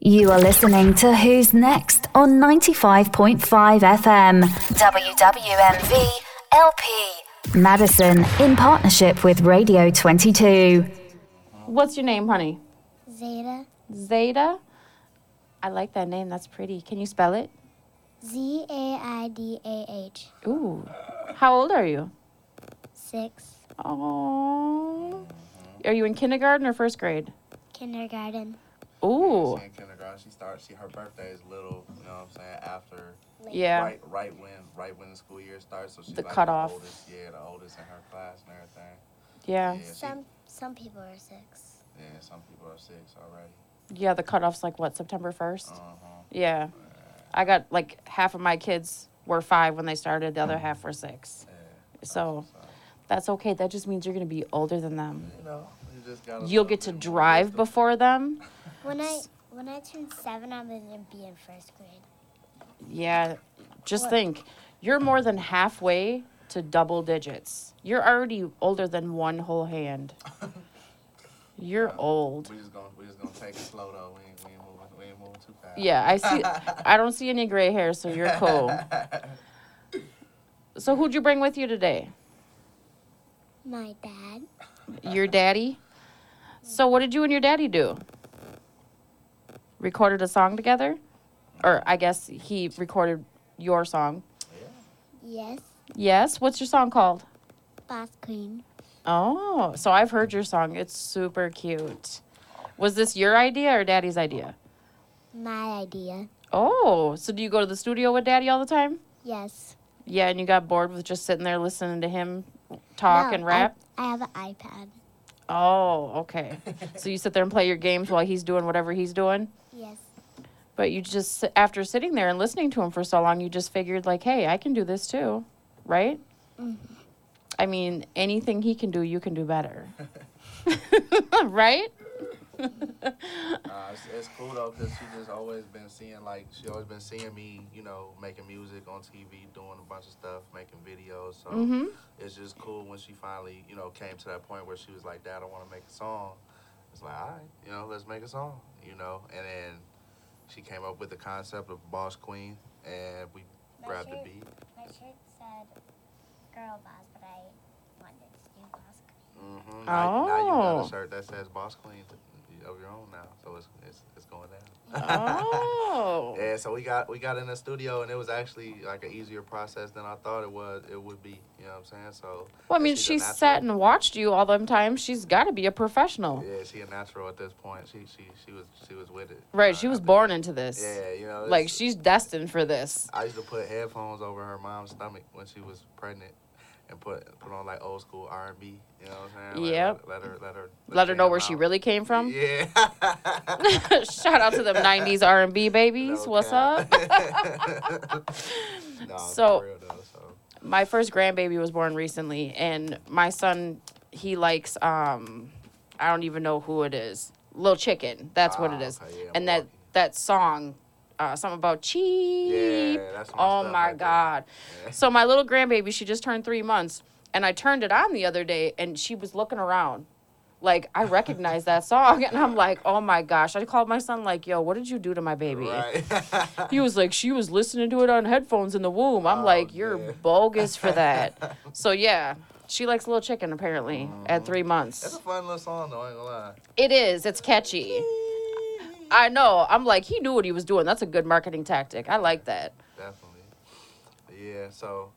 You are listening to Who's Next on 95.5 FM, WWMV LP, Madison, in partnership with Radio 22. What's your name, honey? Zeta. Zeta? I like that name. That's pretty. Can you spell it? Z A I D A H. Ooh. How old are you? Six. Oh. Are you in kindergarten or first grade? Kindergarten. Ooh. She's in kindergarten. She starts. She her birthday is little. You know what I'm saying? After Yeah. right, right when, right when the school year starts. So she's The like cutoff. The oldest, yeah, the oldest in her class and everything. Yeah. Yeah, she- Some some people are six. yeah. Some people are six already. Yeah, the cutoff's like what, September 1st? Uh huh. Yeah. I got like half of my kids were five when they started, the other half were six. Yeah. So So that's okay. That just means you're going to be older than them. you know, you just gotta. You'll get to drive before before. them. When I when I turn seven, I'm gonna be in first grade. Yeah, just What? think you're more than halfway to double digits. You're already older than one whole hand. You're old. We just gonna we just gonna take it slow though. We ain't, we ain't moving we ain't moving too fast. Yeah, I see. I don't see any gray hair, so you're cool. So who'd you bring with you today? My dad. Your daddy. So what did you and your daddy do? Recorded a song together, or I guess he recorded your song. Yes. Yes. What's your song called? Boss queen. Oh, so I've heard your song. It's super cute. Was this your idea or daddy's idea? My idea. Oh, so do you go to the studio with daddy all the time? Yes. Yeah, and you got bored with just sitting there listening to him talk No, and rap? I, I have an iPad. Oh, okay. so you sit there and play your games while he's doing whatever he's doing? Yes. But you just, after sitting there and listening to him for so long, you just figured, like, hey, I can do this too, right? I mean, anything he can do, you can do better. right? Uh, it's, it's cool though, cause she just always been seeing like she always been seeing me, you know, making music on TV, doing a bunch of stuff, making videos. So Mm-hmm. it's just cool when she finally, you know, came to that point where she was like, "Dad, I want to make a song." It's like, all right, you know, let's make a song, you know. And then she came up with the concept of Boss Queen, and we My grabbed the shirt. beat. My shirt said girl boss, but I wanted to do boss queen. Mm-hmm. Now, now you got Oh. a shirt that says Boss Queen of your own now, so it's it's, it's going down. Oh. Yeah, so we got we got in the studio and it was actually like an easier process than I thought it was it would be. You know what I'm saying? So Well, I and mean, she's a she natural. sat and watched you all them times. She's got to be a professional. Yeah, she a natural at this point. She she she was she was with it. Right, Uh, she was after- born into this. Yeah, you know. Like it's- she's destined for this. I used to put headphones over her mom's stomach when she was pregnant, and put put on like old school R and B. You know what I'm saying? Like, Yep. Let, let her let her Let her know jam where she out. really came from. Yeah. Shout out to them 90s R&B babies. No What's cap. up? no, So- for real though, so. My first grandbaby was born recently and my son he likes um I don't even know who it is. Little Chicken. That's what Ah, it is. okay, yeah, and that Milwaukee. that song uh, something about cheap. that's my oh stuff my right there. god. Yeah. So my little grandbaby, she just turned three months, and I turned it on the other day, and she was looking around, like I recognize that song, and I'm like, oh my gosh! I called my son, like, yo, what did you do to my baby? Right. He was like, she was listening to it on headphones in the womb. I'm Oh, like, you're dear. bogus for that. so yeah. She likes Little Chicken apparently at three That's a months. fun little song though, I ain't gonna lie. It is. It's catchy. I know. I'm like, he knew what he was doing. That's a good marketing tactic. I like that. Definitely. Yeah, so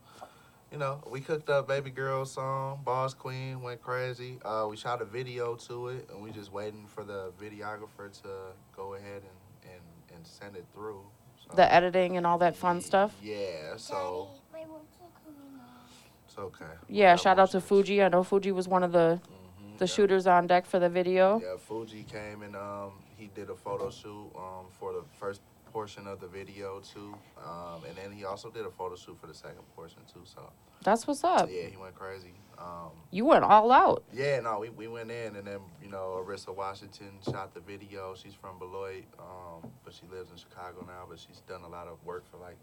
you know, we cooked up Baby Girl song, Boss Queen, went crazy. Uh, we shot a video to it and we just waiting for the videographer to go ahead and, and, and send it through. So, The editing and all that fun stuff. Yeah, so Daddy, my words are coming off. it's okay. Yeah, Got shout more out to shoots. Fuji. I know Fuji was one of the Mhm, the yeah. shooters on deck for the video. Yeah, Fuji came and um, he did a photo shoot um, for the first portion of the video too, um, and then he also did a photo shoot for the second portion too. So That's what's up. yeah, he went crazy. Um, You went all out. yeah, no, we, we went in and then you know Arissa Washington shot the video. She's from Beloit, um, but she lives in Chicago now. But she's done a lot of work for like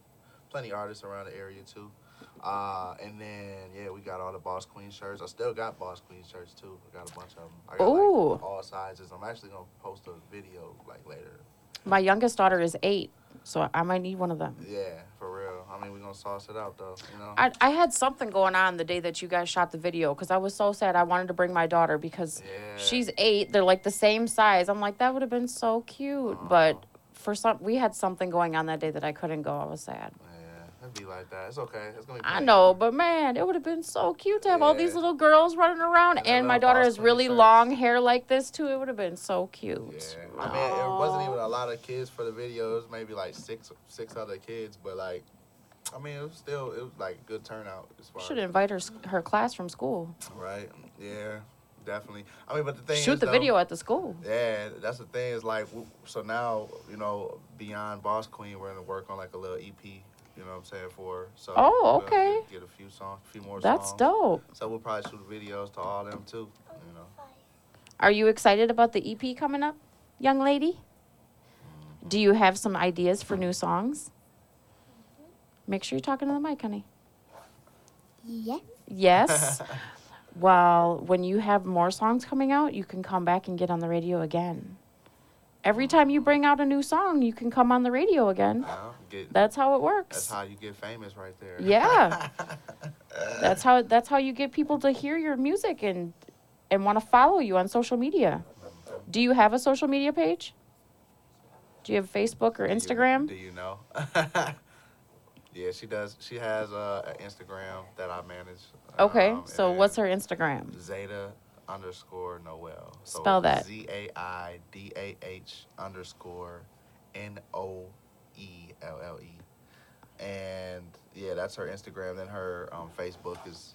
plenty artists around the area too. Uh, and then yeah, we got all the Boss Queen shirts. I still got Boss Queen shirts too. I got a bunch of them. I got like, Ooh. all sizes. I'm actually gonna post a video like later. My youngest daughter is eight, so I might need one of them. Yeah, for real. I mean, we gonna sauce it out though, you know. I, I had something going on the day that you guys shot the video because I was so sad. I wanted to bring my daughter because Yeah. she's eight. They're like the same size. I'm like, that would have been so cute. But for some, we had something going on that day that I couldn't go. I was sad. yeah, it'd be like that. It's okay. It's gonna be. I plenty. know, but man, it would have been so cute to have all these Yeah. little girls running around. And And, that my little daughter boss has lady really shirts. long hair like this, too. It would have been so Yeah, cute. I mean, it wasn't Aw. even a lot of kids for the videos. Maybe like six, six other kids, but like, I mean, it was still, it was like good turnout. As far as- Should invite her s- her class from school. right? Yeah, definitely. I mean, but the thing Shoot is, the though, video at the school. Yeah, that's the thing. Is like, w- so now you know, beyond Boss Queen, we're gonna work on like a little EP. You know what I'm saying? For her. so. Oh, we'll okay. Get, get a few songs, a few more. That's songs. dope. So we'll probably shoot videos to all them too. You know. Are you excited about the EP coming up, young lady? Do you have some ideas for new songs? Make sure you're talking to the mic, honey. Yeah. Yes. well, when you have more songs coming out, you can come back and get on the radio again. Every time you bring out a new song, you can come on the radio again. Yeah, get, That's how it that's works. how you get famous right there. Yeah. that's how that's how you get people to hear your music and and want to follow you on social media. Do you have a social media page? Do you have Facebook or Do you- Instagram? do you know? yeah, she does. She has uh, an Instagram that I manage. Okay. um, So and what's her Instagram? Zeta underscore Noel. So Spell that. it's Z A I D A H underscore N O E L L E. And yeah, that's her Instagram. Then her um, Facebook is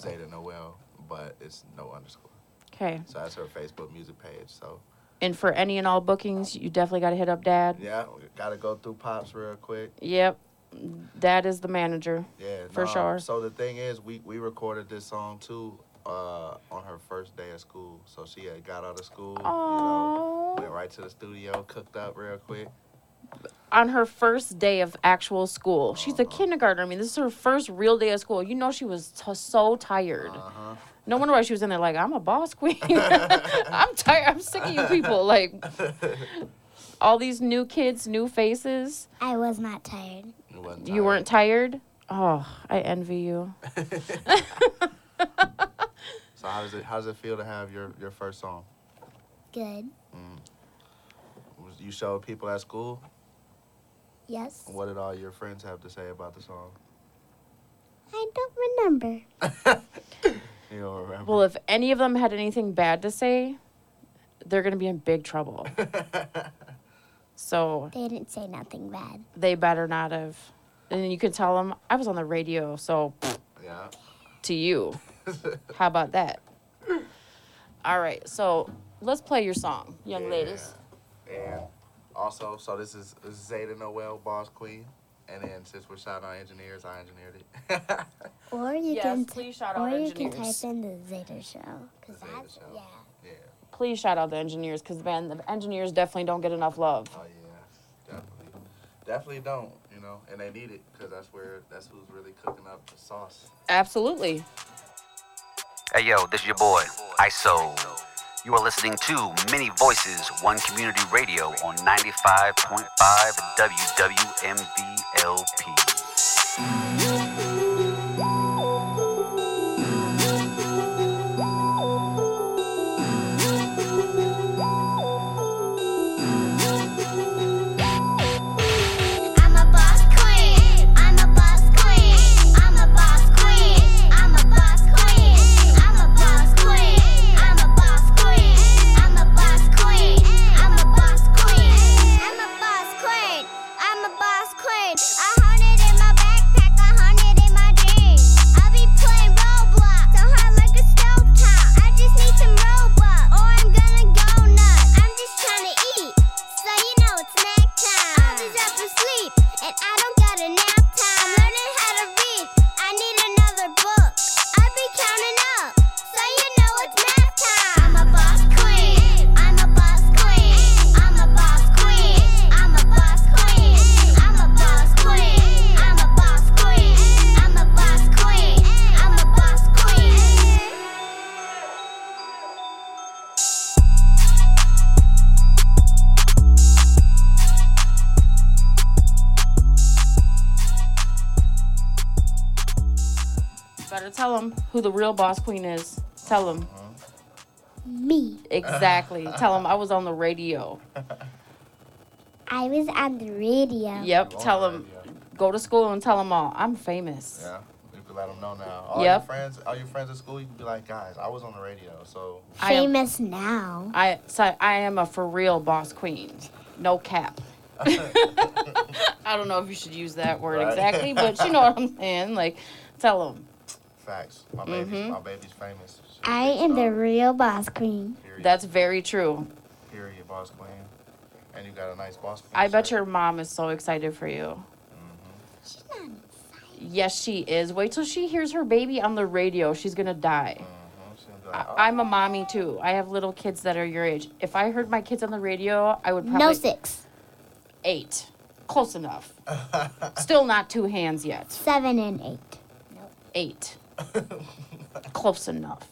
Zeta Noel, but it's no underscore. Okay. So that's her Facebook music page. So And for any and all bookings, you definitely got to hit up dad. yeah, we gotta go through pops real quick. Yep. Dad is the manager. Yeah, For nah, sure. So the thing is, we we recorded this song too uh, on her first day of school. So she had got out of school, Oh. you know, went right to the studio, cooked up real quick. On her first day of actual school. She's Uh-huh. a kindergartner. I mean, this is her first real day of school. You know she was t- so tired. Uh huh. No wonder why she was in there like, I'm a boss queen. I'm tired. I'm sick of you people. Like, all these new kids, new faces. I was not tired. You weren't tired? Oh, I envy you. So how does it how does it feel to have your your first song? Good. Was- You showed people at school. Yes. What did all your friends have to say about the song? I don't remember. You don't remember. Well, if any of them had anything bad to say, they're going to be in big trouble. so They didn't say nothing bad. they better not have. And you can tell them, I was on the radio, so yeah. to you. How about that? All right, so let's play your song, young ladies. Yeah. And also, so this is Zeta Noel, Boss Queen. And then since we're shouting out engineers, I engineered it. Or you Yes, can please shout or out you can engineers. type in the Zeta Show. Cause Zeta that's Show. yeah. yeah. please shout out the engineers because man the engineers definitely don't get enough love Oh yeah. Definitely. Definitely don't. You know, and they need it because that's where that's who's really cooking up the sauce. absolutely Hey yo, this is your boy, ISO. You are listening to Many Voices, One Community Radio on 95.5 WWMVLP. I'm a boss queen. I'm a boss queen. I'm a boss queen. I'm a boss queen. I'm a boss queen. I'm a boss queen. I'm a boss queen. I'm a boss queen. I'm a boss queen. I'm a boss queen. A hundred in my backpack, a hundred in my jeans. I'll be playing Roblox, so hot like a stovetop. I just need some Robux, or I'm gonna go nuts. I'm just trying to eat, so you know it's snack time. All these rappers sleep, and I don't got a nap time. I'm learning how to read, I need another book. I be counting up, so you know it's math time. I'm a boss queen. I'm a boss queen. I'm a boss queen. I'm a boss queen. I'm a boss queen. I'm a boss queen. I'm a boss queen. I'm a boss queen. daughter. Tell them who the real boss queen is. Tell them. Me. Exactly. Tell them I was on the radio. I was on the radio. Yep. You're on Tell the them. radio. Go to school and tell them all. I'm famous. Yeah, you can let them know now. All Yep. your friends, all your friends at school, you can be like, guys, I was on the radio, so I am- Famous now. I so I am a for real boss queen. No cap. I don't know if you should use that word Right. exactly, but you know what I'm saying. Like, tell them. facts. My baby's, Mm-hmm. my baby's famous. She's a I big am the star. real boss queen. Period. That's very true. period, boss queen. And you got a nice boss queen. I bet shirt. your mom is so excited for you. Mm-hmm. Yes, she is. Wait till she hears her baby on the radio. She's gonna die. Mhm, she's gonna be like, I- "Oh, I'm a mommy too. I have little kids that are your age. If I heard my kids on the radio, I would probably No six. eight, close enough. Still not two hands yet. Seven and eight. eight. Close enough.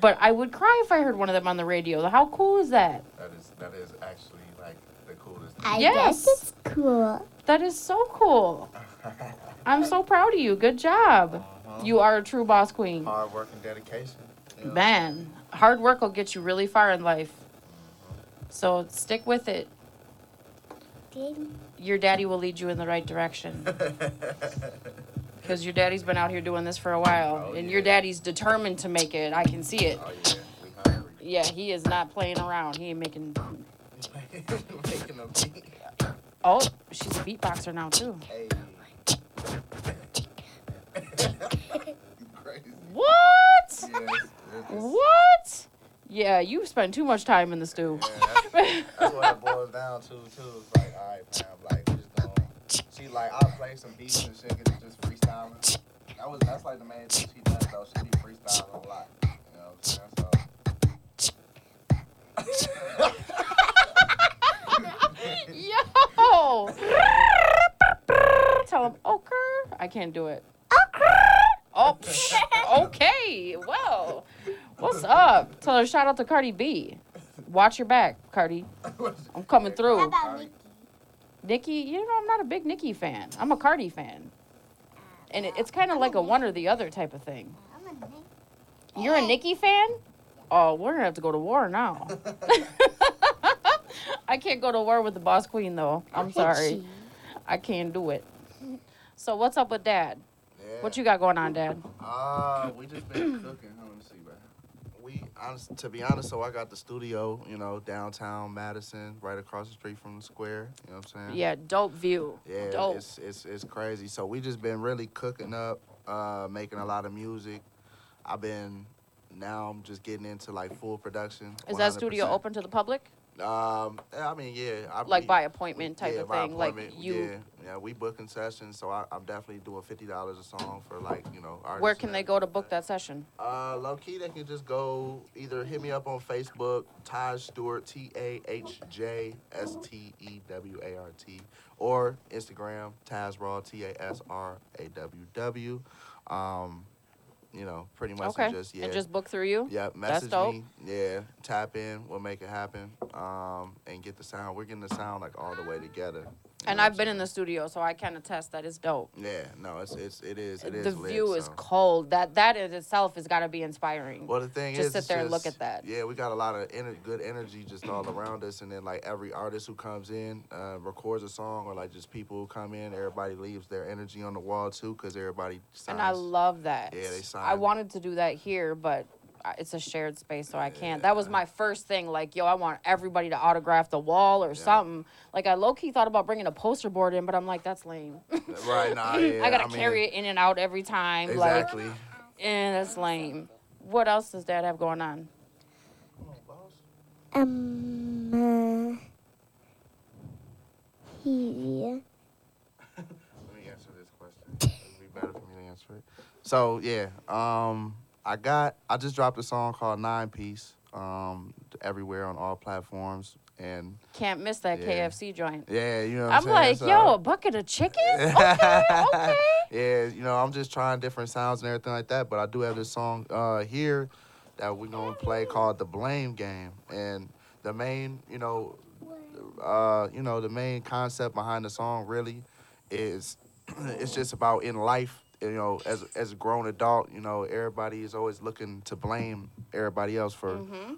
But I would cry if I heard one of them on the radio. How cool is that? "Oh, That is that is actually like the coolest. thing. I Yes. guess it's cool. That is so cool. I'm so proud of you. Good job. You are a true boss queen. Hard work and dedication. you know? Man, hard work will get you really far in life. So stick with it. Ding. Your daddy will lead you in the right direction. Oh, Because your daddy's been out here doing this for a while. Oh, and yeah. your daddy's determined to make it. I can see it. Oh yeah, we hungry. Yeah, he is not playing around. He ain't making Making a beat. Oh, she's a beatboxer now too. Hey. You crazy. What? Yes, yes, yes. What? Yeah, you spend too much time in the stew. Yeah, that's, that's what it boils down to too. It's like, all right, fam, like we just going. She like, I'll play some beats and shit, get just freestyling. That was that's like the main thing she does though. She be freestyling a lot. You know what I'm saying? Yo! Tell him, okay. I can't do it. Oh, psh, okay. Well, what's up? Tell her shout out to Cardi B. Watch your back, Cardi. So I'm coming How through. about Nikki? Nikki, you know, I'm not a big Nikki fan. I'm a Cardi fan. And it, it's kind of like a one or the other type of thing. I'm a Nikki. You're a Nikki fan? Oh, we're gonna have to go to war now. I can't go to war with the boss queen though. I'm sorry. I can't do it. So what's up with dad? yeah. What you got going on, Dad? Uh, we just been cooking. Hold on, let me see, bro. We, honest, to be honest, so I got the studio, you know, downtown Madison, right across the street from the square. You know what I'm saying? Yeah, dope view. Yeah, dope. it's it's it's crazy. So we just been really cooking up, uh, making a lot of music. I've been now I'm just getting into like full production. Is that studio 100%. open to the public? Um, I mean, yeah. I, Like we- by appointment type yeah, of by thing. Like appointment, you Yeah, yeah. We booking sessions, so I, I'm definitely doing fifty dollars a song for like you know. Artists where and can they everything go to like book that. that session? Uh, low key, they can just go either hit me up on Facebook, Taj Stewart, T A H J S T E W A R T, or Instagram, Taz Raw, T A S R A W W. Um, you know, pretty much Okay. and just yeah, And just book through you? yeah, That's message dope. me, yeah, tap in, we'll make it happen, um, and get the sound. We're getting the sound like all the way together. And I've been in the studio, so I can attest that it's dope. yeah, no, it's it's it is it is the lit, view is so. cold. That that in itself has got to be inspiring. Well, the thing Just is, sit it's there and look at that. Yeah, we got a lot of ener- good energy just all around us, and then like every artist who comes in, uh, records a song, or like just people who come in, everybody leaves their energy on the wall too, because everybody. Signs. And I love that. Yeah, they I sign. wanted to do that here, but I- it's a shared space, so I can't. That was my first thing. Like, yo, I want everybody to autograph the wall or something. Like, I low key thought about bringing a poster board in, but I'm like, that's lame. right now. Yeah, I gotta mean, carry it in and out every time. Exactly. Like, and that's lame. What else does Dad have going on? Um. Uh, he. Let me answer this question. It'd be better for me to answer it. So yeah, um, I got I just dropped a song called Nine Piece, um, everywhere on all platforms, and Can't miss that Yeah. KFC joint. yeah, you know. What I'm saying? like, So- yo, a bucket of chicken? Okay, okay. Yeah, you know, I'm just trying different sounds and everything like that. But I do have this song uh, here that we're gonna play called "The Blame Game," and the main, you know, uh, you know, the main concept behind the song really is it's just about in life you know, as as a grown adult, you know, everybody is always looking to blame everybody else for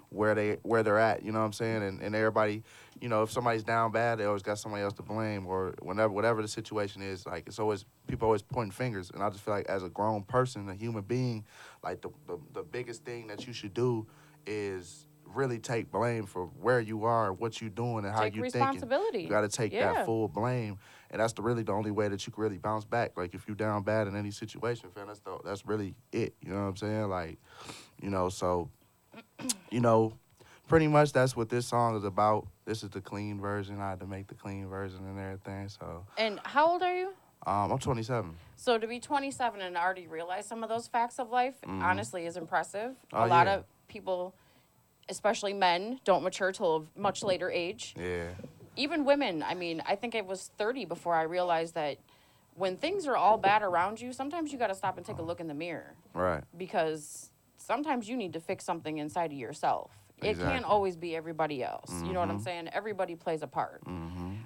where they where they're at. You know what I'm saying? And and everybody, you know, if somebody's down bad, they always got somebody else to blame. Or whenever whatever the situation is, like it's always people always pointing fingers. And I just feel like as a grown person, a human being, like the the, the biggest thing that you should do is really take blame for where you are, what you're doing, and how Take you responsibility. thinking. You got to take Yeah. that full blame, and that's the really the only way that you can really bounce back. Like if you down bad in any situation, fam, that's the, that's really it. You know what I'm saying? Like, you know, so, you know, pretty much that's what this song is about. This is the clean version. I had to make the clean version and everything. So, And how old are you? um, I'm 27. So to be 27 and already realize some of those facts of life, honestly, is impressive. Mm-hmm. a Oh, lot yeah. of people, especially men, don't mature till a much later age. Mm-hmm. Yeah, Even women. I mean, I think it was 30 before I realized that when things are all bad around you, sometimes you got to stop and take a look in the mirror right. because sometimes you need to fix something inside of yourself. It can't Exactly. Mm-hmm. always be everybody else. You know what I'm saying? Everybody plays a part.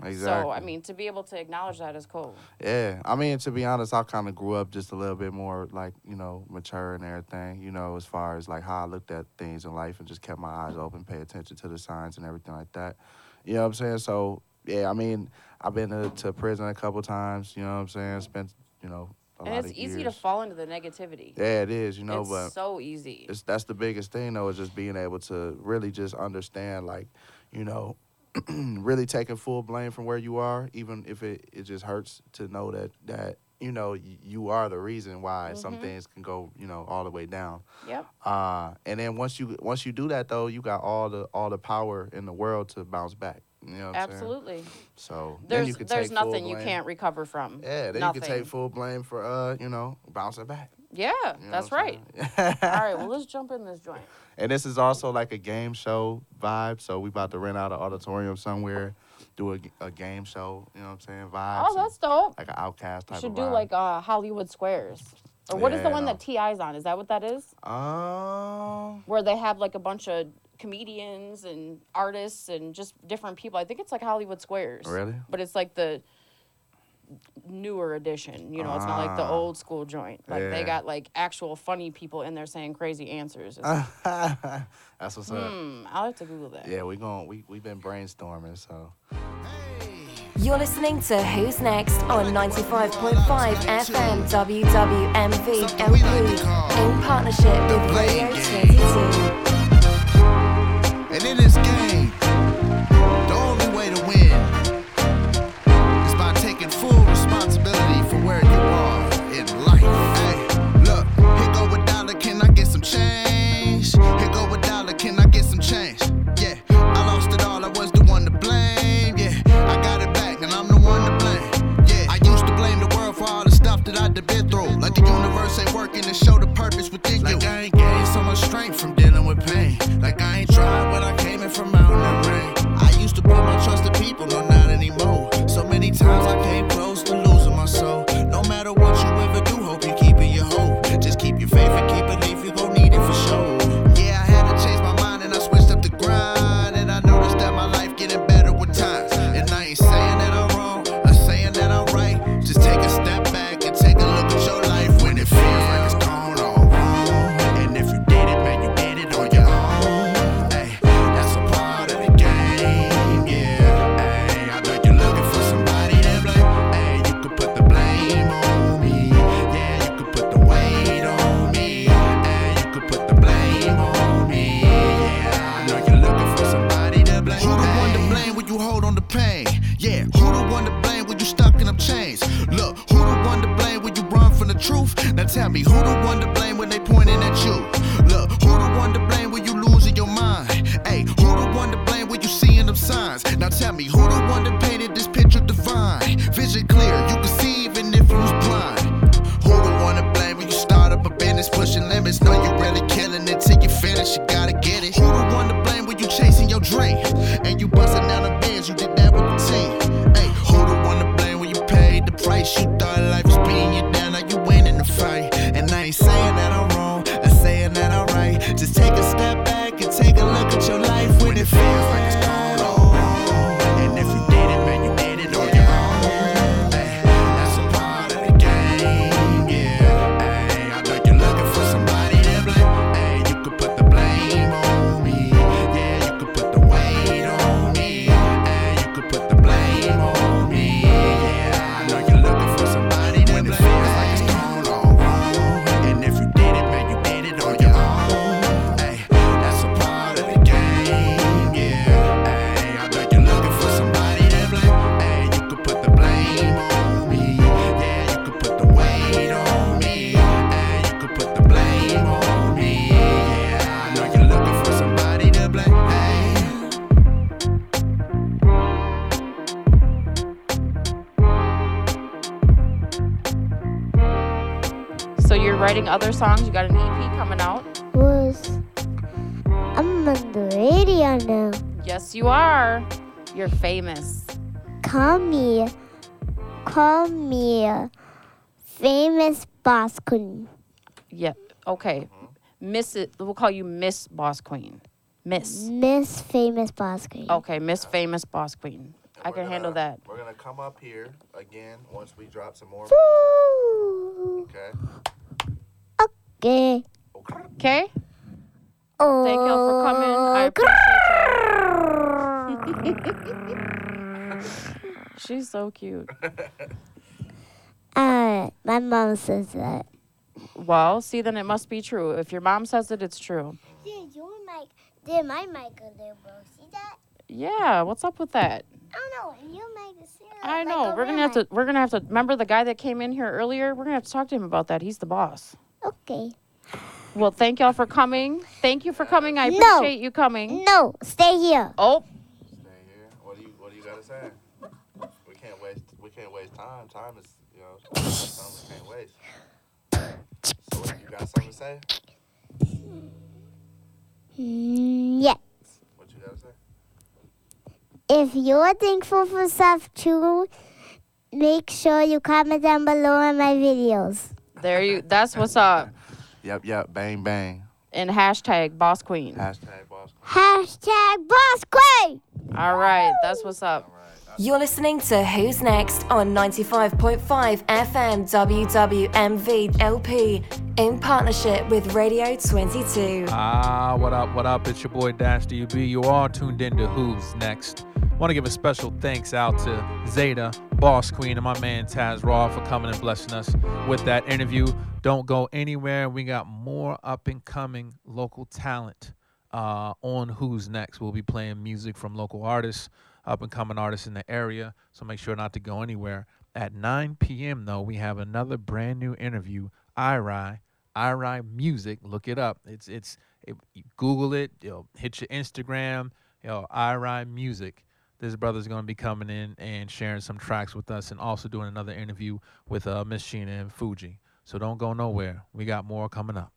Exactly. So I mean, to be able to acknowledge that is cool. Yeah, I mean to be honest, I kind of grew up just a little bit more like you know mature and everything. You know, as far as like how I looked at things in life and just kept my eyes open, pay attention to the signs and everything like that. You know what I'm saying? So yeah, I mean I've been to, to prison a couple times. You know what I'm saying? Spent you know a lot and it's of easy to years. fall into the negativity. Yeah, it is. You know, it's but so easy. it's that's the biggest thing though is just being able to really just understand like you know really taking full blame from where you are even if it, it just hurts to know that that you know y- you are the reason why Mm-hmm. some things can go you know all the way down yep. uh, and then once you once you do that though you got all the all the power in the world to bounce back you know what I'm saying? Absolutely. so then There's you can there's take full nothing you blame. can't recover from. yeah then nothing. you can take full blame for uh you know bouncing back Yeah, you know that's what I'm right. saying? All right, well let's jump in this joint. And this is also like a game show vibe. So we about to rent out an auditorium somewhere, do a, a game show. You know what I'm saying? Vibes. Oh, and that's dope. like an outcast You type. should of do vibe. like uh, Hollywood Squares. Or what is Yeah, the one no. that TI's on? Is that what that is? Um. Where they have like a bunch of comedians and artists and just different people. I think it's like Hollywood Squares. Really? But it's like the newer edition. You know, it's not like the Ah. old school joint. Like they Yeah. got like actual funny people in there saying crazy answers. It's- that's what's up. Hmm, I'll have to Google that. Ah. Yeah, we going we we been brainstorming. So You're listening to Who's Next on 95.5 FM WWMV LP in partnership with Radio 22. And in this game, the only way to win is by taking full responsibility for where you are in life. Hey, look, here go a dollar, can I get some change? Here go a dollar, can I get some change? Yeah, I lost it all, I was the one to blame. Yeah, I got it back, and I'm the one to blame. Yeah, I used to blame the world for all the stuff that I've been through. Like the universe ain't working to show the purpose within you. Like I ain't gained so much strength from dealing with pain. Like I ain't tried what I came in from out in the rain. I used to put my trust in people, no, not anymore. So many times I came close to losing my soul. No matter what you ever do, hope you keep in your hope. Just keep your faith and keep belief, you gon' need it for sure. Yeah, I had to change my mind and I switched up the grind. And I noticed that my life getting better with times. And I ain't saying that I'm wrong, I'm saying that I'm right. Just take a step back and take a look at your life when it feels like it's gone all wrong. And if you did it, man, you did it on your own. Ay, that's a part of the game, yeah. Ay, I know you're looking for somebody to blame. Ay, you could put the blame on me. Yeah, you could put the weight on me. Ay, you could put the blame on me. Yeah, I know you're looking for somebody to blame. Who the one to blame when you hold on to pain? Yeah, who the one to blame when you stuck in them chains? Look, who the one to blame when you run from the truth? Now tell me, who the one to blame when they pointing at you? Look, who the one to blame when you losing your mind? Hey, who the one to blame when you seeing them signs? Now tell me, who the one that painted this picture divine? Vision clear, you can see even if you was blind. Who the one to blame when you start up a business, pushing limits? No, you really killing it till you finish. You gotta get it. Who the one to blame when you chasing your dream and you busting down the bands? You did that with the team. Hey, who the one to blame when you paid the price? You thought life was beating you down, now you winning the fight. And I ain't saying that I'm wrong, I'm saying that I'm right. Just take a step back and take a look at your life when it feels like it's gone all wrong. And if you did it, man, you did it on your own. Hey, that's a part of the game, yeah. you're writing other songs. You got an EP coming out. Was I'm on the radio now. Yes, you are. You're famous. Call me, call me, famous boss queen. Yep. Okay. Uh-huh. Miss it. We'll call you Miss Boss Queen. Mm. Miss. Miss famous boss queen. Okay, Miss Famous Boss Queen. I We're can handle gonna- that. We're gonna come up here again once we drop some more. Woo! Okay. Okay. Okay. Okay. Oh. Thank y'all for coming. I appreciate you. She's so cute. Uh, my mom says that. Well, see, then it must be true. If your mom says it, it's true. Did your mic? Did my mic a little bro? See that? Yeah. What's up with that? I don't know. Your mic is serious. I know. We're gonna have to. We're gonna have to. Remember the guy that came in here earlier? We're gonna have to talk to him about that. He's the boss. Okay. Well, thank y'all for coming. Thank you for coming. I No. appreciate you coming. No, stay here. Oh, Stay here. What do you What do you gotta say? We can't waste. We can't waste time. Time is, you know, time we can't waste. So what, you got something to say? Mm, yeah. What you gotta say? If you're thankful for stuff too, make sure you comment down below on my videos. there you. That's what's up. Yep, yep. Bang, bang. And hashtag boss queen. Hashtag boss. Hashtag Boss Queen. All right, that's what's up. You're listening to Who's Next on 95.5 FM WWMV LP in partnership with Radio 22. Ah, what up, what up? It's your boy Dash DUB. You are tuned in to Who's Next. Want to give a special thanks out to Zeta, Boss Queen, and my man Taz Raw for coming and blessing us with that interview. Don't go anywhere. We got more up and coming local talent uh, on Who's Next. We'll be playing music from local artists, up and coming artists in the area. So make sure not to go anywhere. At 9 p.m., though, we have another brand new interview, IRI. IRI Music. Look it up. It's it's it, you Google it. You know, hit your Instagram. You know, IRI Music. This brother's gonna be coming in and sharing some tracks with us, and also doing another interview with uh, Miss Sheena and Fuji. So don't go nowhere. We got more coming up.